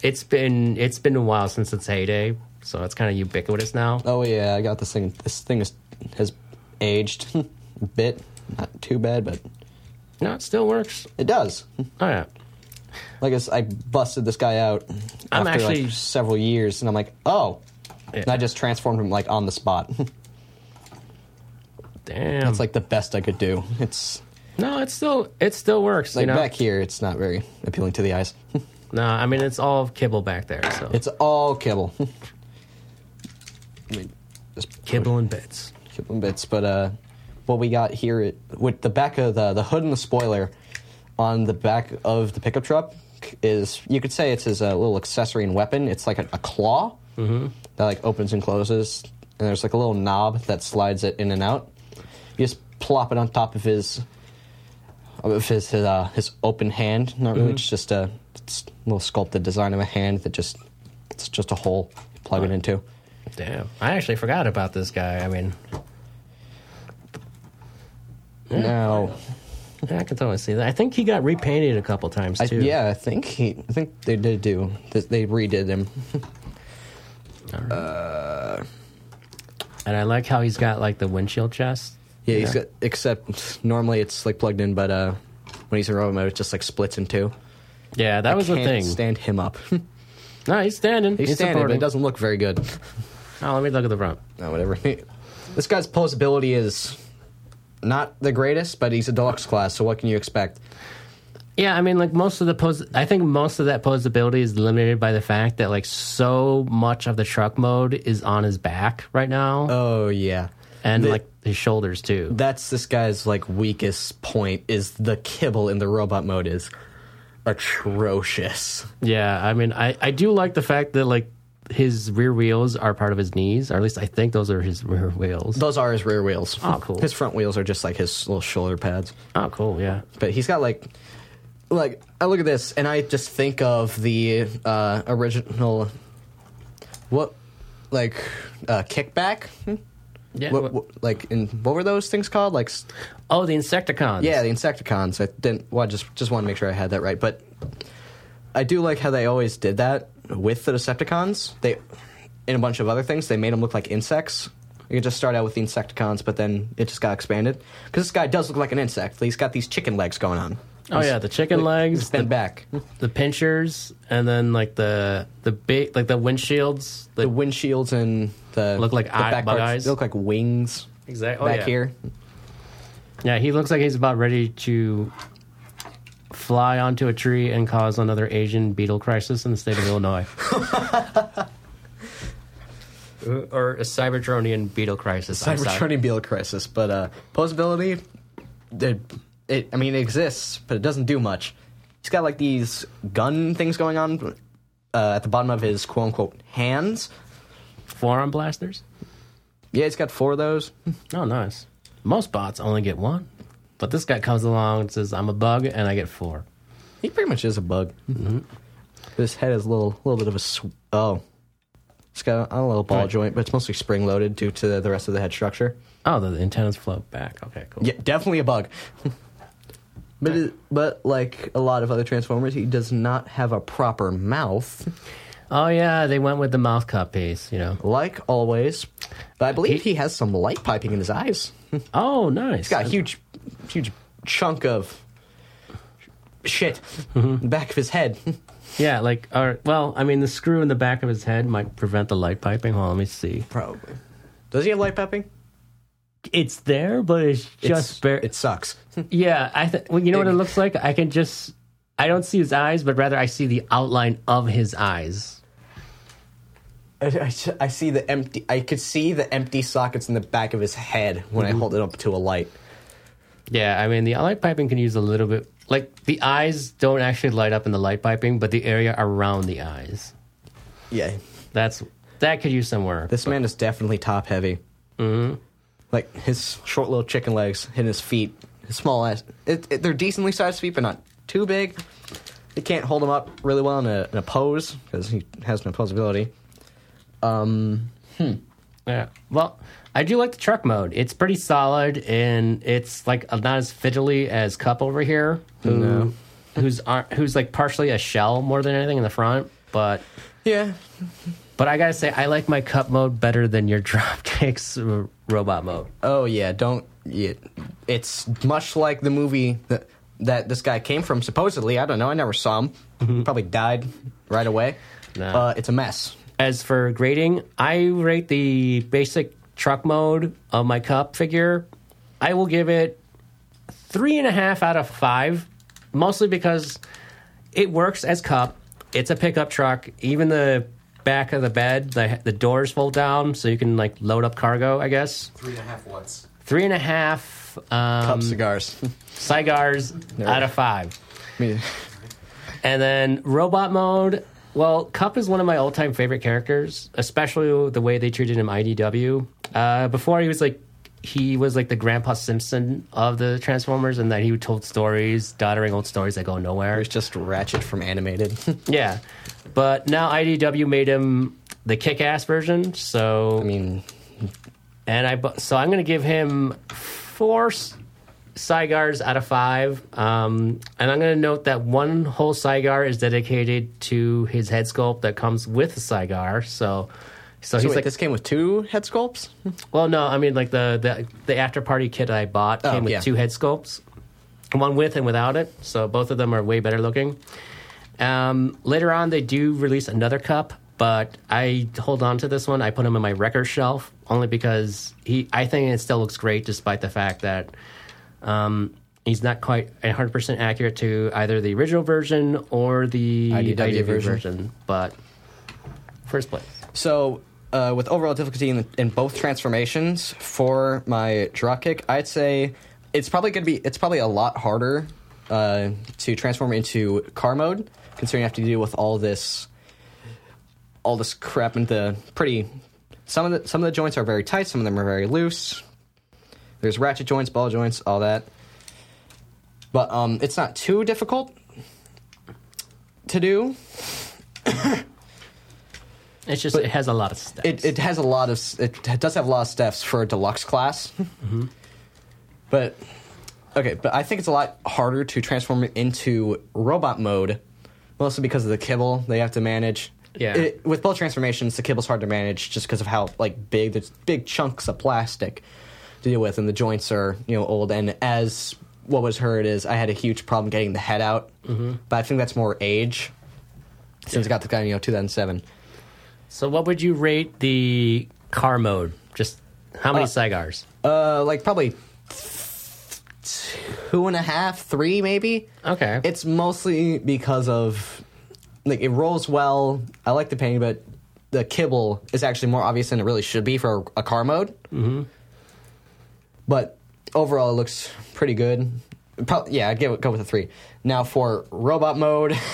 it's been it's been a while since its heyday, so it's kind of ubiquitous now.
Oh yeah, I got this thing. This thing is, has aged a bit. Not too bad, but
No, it still works.
it does.
Oh yeah.
Like I, s- I busted this guy out
I'm
after
actually-
like several years, and I'm like, oh,
Yeah.
and I just transformed him like on the spot.
Damn.
it's like the best I could do. It's
no, it still it still works.
like
you know?
back here, it's not very appealing to the eyes.
No, I mean it's all kibble back there. So
It's all kibble. I mean, just
kibble and bits.
kibble bits, but uh, what we got here it, with the back of the the hood and the spoiler on the back of the pickup truck is you could say it's his uh, little accessory and weapon. It's like a, a claw that like opens and closes, and there's like a little knob that slides it in and out. You just plop it on top of his of his his, uh, his open hand. Not really, it's just a it's a little sculpted design of a hand that just it's just a hole you plug it into.
Damn. I actually forgot about this guy. I mean,
Now,
Yeah, I can totally see that. I think he got repainted a couple times
I,
too.
yeah, I think he. I think they did do. They- They redid him.
and I like how he's got like the windshield chest.
Yeah, he's got, except normally it's like plugged in, but uh, when he's in robot mode, it just like splits in two.
Yeah, that was the
Can't
thing.
stand him up.
no, he's standing.
he's standing, but
supporting.
it doesn't look very good.
Oh, let me look at the front.
No, whatever. this guy's pulse ability is not the greatest, but he's a deluxe class, so what can you expect?
Yeah, I mean, like most of the pose, I think most of that posability is limited by the fact that like so much of the truck mode is on his back right now,
Oh yeah,
and
the-
like his shoulders too.
that's this guy's like weakest point is the kibble in the robot mode is atrocious.
Yeah, I mean, I I do like the fact that like his rear wheels are part of his knees, or at least I think those are his rear wheels.
Those are his rear wheels.
Oh, cool.
His front wheels are just like his little shoulder pads.
Oh, cool. Yeah.
But he's got like, like I look at this and I just think of the uh, original, what, like, uh, kickback.
Hmm. Yeah.
What, what, like, in what were those things called? Like, s-
oh, the Insecticons.
yeah, the Insecticons. I didn't. Well, I just just want to make sure I had that right. But I do like how they always did that with the Decepticons. They in a bunch of other things they made them look like insects. You could just start out with the Insecticons, but then it just got expanded because this guy does look like an insect. He's got these chicken legs going on.
Oh yeah, the chicken legs,
Then
the,
back
the pinchers, and then like the the big like the windshields.
the
The,
windshields and the
Look like
the
eye-
back
bug
parts,
eyes. Oh,
They look like wings
exactly.
back here.
Yeah, he looks like he's about ready to fly onto a tree and cause another Asian beetle crisis in the state of Illinois. or a Cybertronian beetle crisis. I'm sorry.
Cybertronian Beale Crisis, but uh, posability, it, it, I mean, it exists, but it doesn't do much. He's got like these gun things going on uh, at the bottom of his quote unquote hands.
Forearm blasters?
Yeah, he's got four of those.
Oh, nice. Most bots only get one. But this guy comes along and says, I'm a bug and I get four.
He pretty much is a bug. This head is a little, little bit of a sw- oh, it's got a, a little ball
Right.
joint, but it's mostly spring loaded due to the, the rest of the head structure.
Oh, the antennas float back. Okay, cool.
Yeah, definitely a bug. But, it, but like a lot of other Transformers, he does not have a proper mouth.
Oh, yeah, they went with the mouth cut piece, you know.
like always. But I believe
He-
he, has some light piping in his eyes. He's
Oh, nice.
got a huge, huge chunk of shit in the back of his head.
Yeah, like, or, well, I mean, the screw in the back of his head might prevent the light piping. Hold on, let me see.
Probably. Does he have light piping?
It's there, but it's
It's-
just bare.
It sucks.
yeah, I th- well, you know what it looks like. I can just, I don't see his eyes, but rather I see the outline of his eyes.
I, I, I see the empty. I could see the empty sockets in the back of his head when I hold it up to a light.
Yeah, I mean, the light piping can use a little bit. Like the eyes don't actually light up in the light piping, but the area around the eyes.
Yeah,
That's that could use some work.
this man is definitely top heavy. Mm-hmm. Like his short little chicken legs and his feet, his small ass. It, it, they're decently sized feet, but not too big. They can't hold him up really well in a, in a pose because he has no posability.
Yeah. Well, I do like the truck mode. It's pretty solid, and it's like not as fiddly as Cup over here, who who's ar- who's like partially a shell more than anything in the front. But
Yeah,
but I gotta say, I like my Cup mode better than your Dropkicks r- robot mode.
Oh yeah, don't. Yeah, it's much like the movie that, that this guy came from. Supposedly, I don't know. I never saw him. Probably died right away.
Mm-hmm. Nah.
Uh, it's a mess.
As for grading, I rate the basic truck mode of my Cup figure. I will give it three and a half out of five, mostly because it works as cup. It's a pickup truck. Even the back of the bed, the the doors fold down, so you can like load up cargo. I guess
Three and a half watts.
three and a half um,
Cup cigars.
cigars out of five.
I mean,
And then robot mode. Well, Cup is one of my all time favorite characters, especially the way they treated him IDW. Uh, before he was like he was like the grandpa Simpson of the Transformers and that he told stories, doddering old stories that go nowhere.
it's just Ratchet from animated.
Yeah. But now IDW made him the kick ass version, so
I mean,
and I bu- so I'm gonna give him four s- Cygars out of five. Um, and I'm going to note that one whole Cygar is dedicated to his head sculpt that comes with the Cygar. So, so,
So
he's
wait,
like,
this came with two head sculpts?
well, no, I mean, like the, the, the after party kit I bought
Oh,
came with
yeah.
two head sculpts, one with and without it. So both of them are way better looking. Um, later on, they do release another cup, but I hold on to this one. I put him in my record shelf only because he. I think it still looks great, despite the fact that um, he's not quite 100 percent accurate to either the original version or the
IDW
IDW
version.
version. But first place.
So, uh, with overall difficulty in, in both transformations for my drop kick, I'd say it's probably going to be it's probably a lot harder uh, to transform into car mode, considering you have to deal with all this all this crap into pretty. Some of the some of the joints are very tight, some of them are very loose. There's ratchet joints, ball joints, all that. But um, it's not too difficult to do.
It's just it has a lot of stuff.
it, it has a lot of it does have a lot of steps for a deluxe class but okay but i think it's a lot harder to transform it into robot mode mostly because of the kibble they have to manage
Yeah.
It- with both transformations the kibble's hard to manage just because of how like big there's big chunks of plastic to deal with and the joints are you know old and as what was heard is i had a huge problem getting the head out but i think that's more age since i got the guy you know 2007
So, what would you rate the car mode? Just how many Cygars?
Uh, like probably two and a half, three maybe.
Okay.
It's mostly because of like it rolls well. I like the painting, but the kibble is actually more obvious than it really should be for a, car mode. Mm-hmm. But overall, it looks pretty good. Prob- yeah, I'd give it, go with a three. Now for robot mode,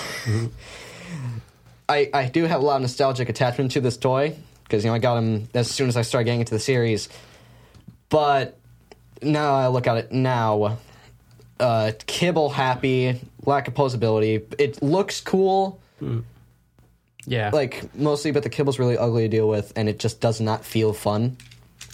I I do have a lot of nostalgic attachment to this toy because you know I got him as soon as I started getting into the series, but now I look at it now, uh, kibble happy, lack of posability. It looks cool,
yeah.
like mostly, but the kibble's really ugly to deal with, and it just does not feel fun.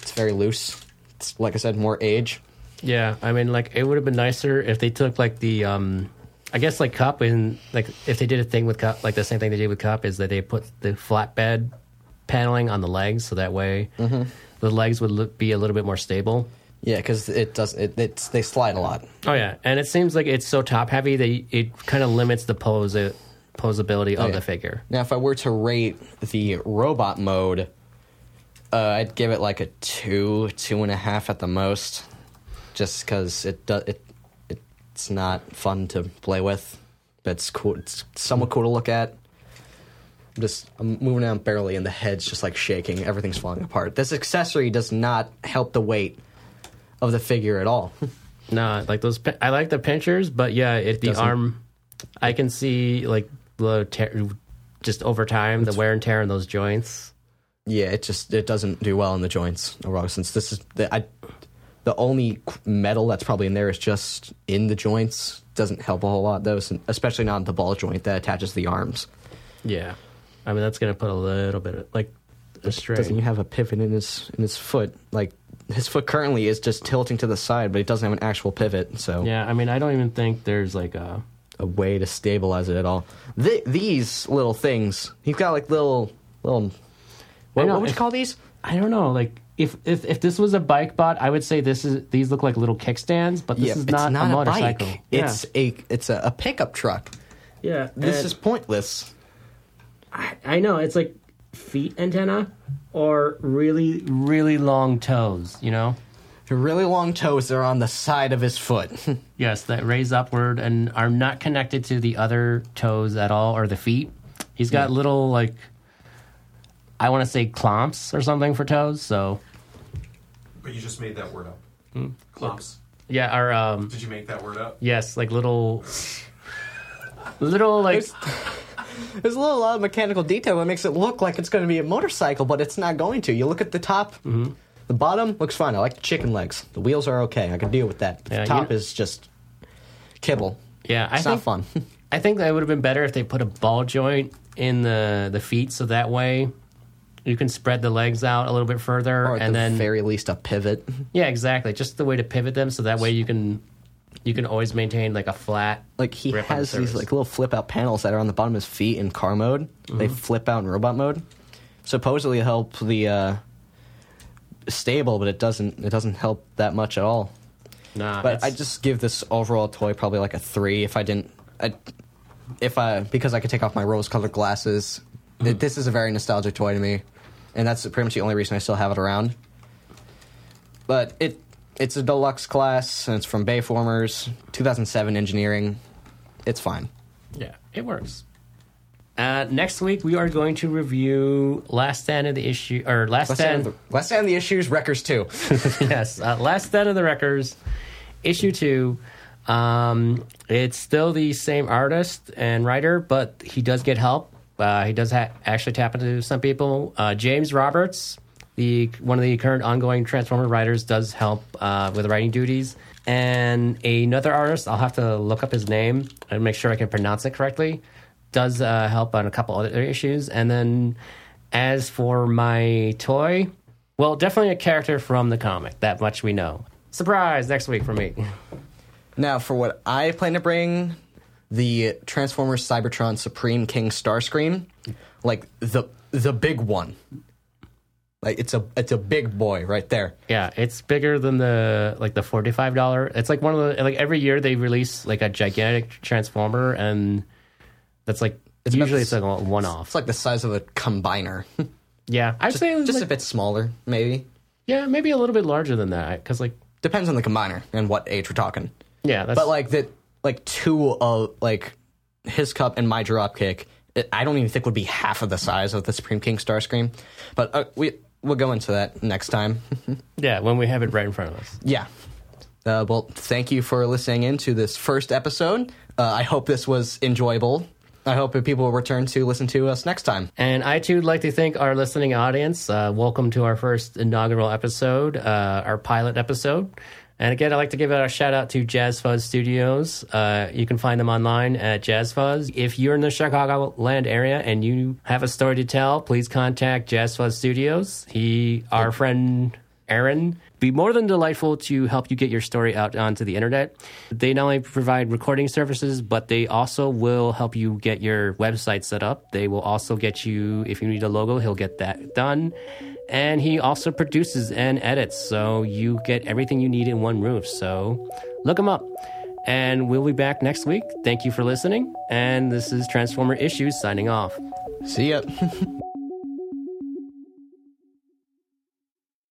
It's very loose. It's like I said, more age.
yeah. I mean, like, it would have been nicer if they took, like, the, um, I guess, like, Cup and, like, if they did a thing with Cup, like, the same thing they did with Cup is that they put the flatbed paneling on the legs so that way the legs would look, be a little bit more stable.
Yeah, because it does. It, it's they slide a lot.
Oh, yeah. And it seems like it's so top heavy that it kind of limits the pose, uh, posability of
yeah.
the figure.
Now, if I were to rate the robot mode, uh, I'd give it like a two, two and a half at the most, just because it do, it it it's not fun to play with, but it's cool. It's somewhat cool to look at. I'm just I'm moving down barely, and the head's just like shaking. Everything's falling apart. This accessory does not help the weight of the figure at all.
No, like those. pi- I like the pinchers, but yeah, it the
doesn't-
arm. I can see like the tear, just over time the wear and tear on those joints.
yeah, it just it doesn't do well in the joints overall. Since this is the I, the only metal that's probably in there is just in the joints. Doesn't help a whole lot though, sin- especially not the ball joint that attaches the arms.
Yeah, I mean that's gonna put a little bit of like a
Doesn't
strain.
he have a pivot in his in his foot? Like his foot currently is just tilting to the side, but it doesn't have an actual pivot. So
Yeah, I mean I don't even think there's like a.
a way to stabilize it at all. Th- these little things, he's got like little little. What,
know,
what would you
if-
call these?
I don't know. Like if if if this was a bike bot, I would say this is these look like little kickstands, but this
Yeah,
is not,
it's
a
not a,
motorcycle.
bike.
Yeah.
It's a it's a, a pickup truck.
yeah.
This is pointless.
I, I know it's like feet antenna or really really long toes. You know.
The really long toes are on the side of his foot.
Yes, that raise upward and are not connected to the other toes at all or the feet. He's got little like I want to say clomps or something for toes. So
But you just made that word up. Clumps.
yeah, or um,
Did you make that word up?
yes, like little, little like
There's There's a little lot of mechanical detail that makes it look like it's going to be a motorcycle, but it's not going to. You look at the top, the bottom looks fine. I like the chicken legs. The wheels are okay. I can deal with that. But
Yeah,
the
you
top
know-
is just kibble.
yeah. I
It's
think
not fun.
I think that would have been better if they put a ball joint in the the feet, so that way you can spread the legs out a little bit further,
or at
and
the
then
very least, a pivot.
yeah, exactly, just the way to pivot them, so that way you can You can always maintain like a flat.
Like he
Rip on the
has these
surface.
like little flip out panels that are on the bottom of his feet in car mode. They flip out in robot mode. Supposedly help the uh, stable, but it doesn't. It doesn't help that much at all.
Nah,
But
it's-
I just give this overall toy probably like a three. If I didn't, I, if I because I could take off my rose-colored glasses. It, this is a very nostalgic toy to me, and that's pretty much the only reason I still have it around. But it it's a deluxe class, and it's from Bayformers, 2007 engineering. It's fine.
yeah, it works. Uh, next week we are going to review Last Stand of the Issue or Last,
Let's
Stand.
end the, let's end the issues. Wreckers too.
yes, uh, Last Stand of the Wreckers, issue two. Um, it's still the same artist and writer, but he does get help. Uh, he does ha- actually tap into some people. Uh, James Roberts, the one of the current ongoing Transformer writers, does help uh, with writing duties. And another artist, I'll have to look up his name and make sure I can pronounce it correctly does uh, help on a couple other issues. And then as for my toy, well, definitely a character from the comic. That much we know. Surprise next week for me.
Now, for what I plan to bring, the Transformers Cybertron Supreme King Starscream, like the the big one. Like it's a it's a big boy right there.
Yeah, it's bigger than the like the forty five dollar. It's like one of the like every year they release like a gigantic transformer, and that's like
about
usually
the
it's like a one off.
It's like the size of a combiner,
yeah, I'd say
just
like-
a bit smaller maybe.
yeah, maybe a little bit larger than that because like
Depends on the combiner and what age we're talking.
yeah, that's
But like that, like two of like his cup and my drop kick. It, I don't even think would be half of the size of the Supreme King Starscream. But uh, we we'll go into that next time.
yeah when we have it right in front of us.
Yeah. Uh, well, thank you for listening in to this first episode. Uh, I hope this was enjoyable. I hope that people will return to listen to us next time.
And I too would like to thank our listening audience. Uh, welcome to our first inaugural episode, uh, our pilot episode. And again, I'd like to give a shout out to Jazz Fuzz Studios. Uh, you can find them online at Jazz Fuzz. If you're in the Chicagoland area and you have a story to tell, please contact Jazz Fuzz Studios. He, our friend Aaron, be more than delightful to help you get your story out onto the internet. They not only provide recording services, but they also will help you get your website set up. They will also get you, if you need a logo, he'll get that done. And he also produces and edits, so you get everything you need in one roof. So look him up. And we'll be back next week. Thank you for listening. And this is Transformer Issues signing off.
See ya.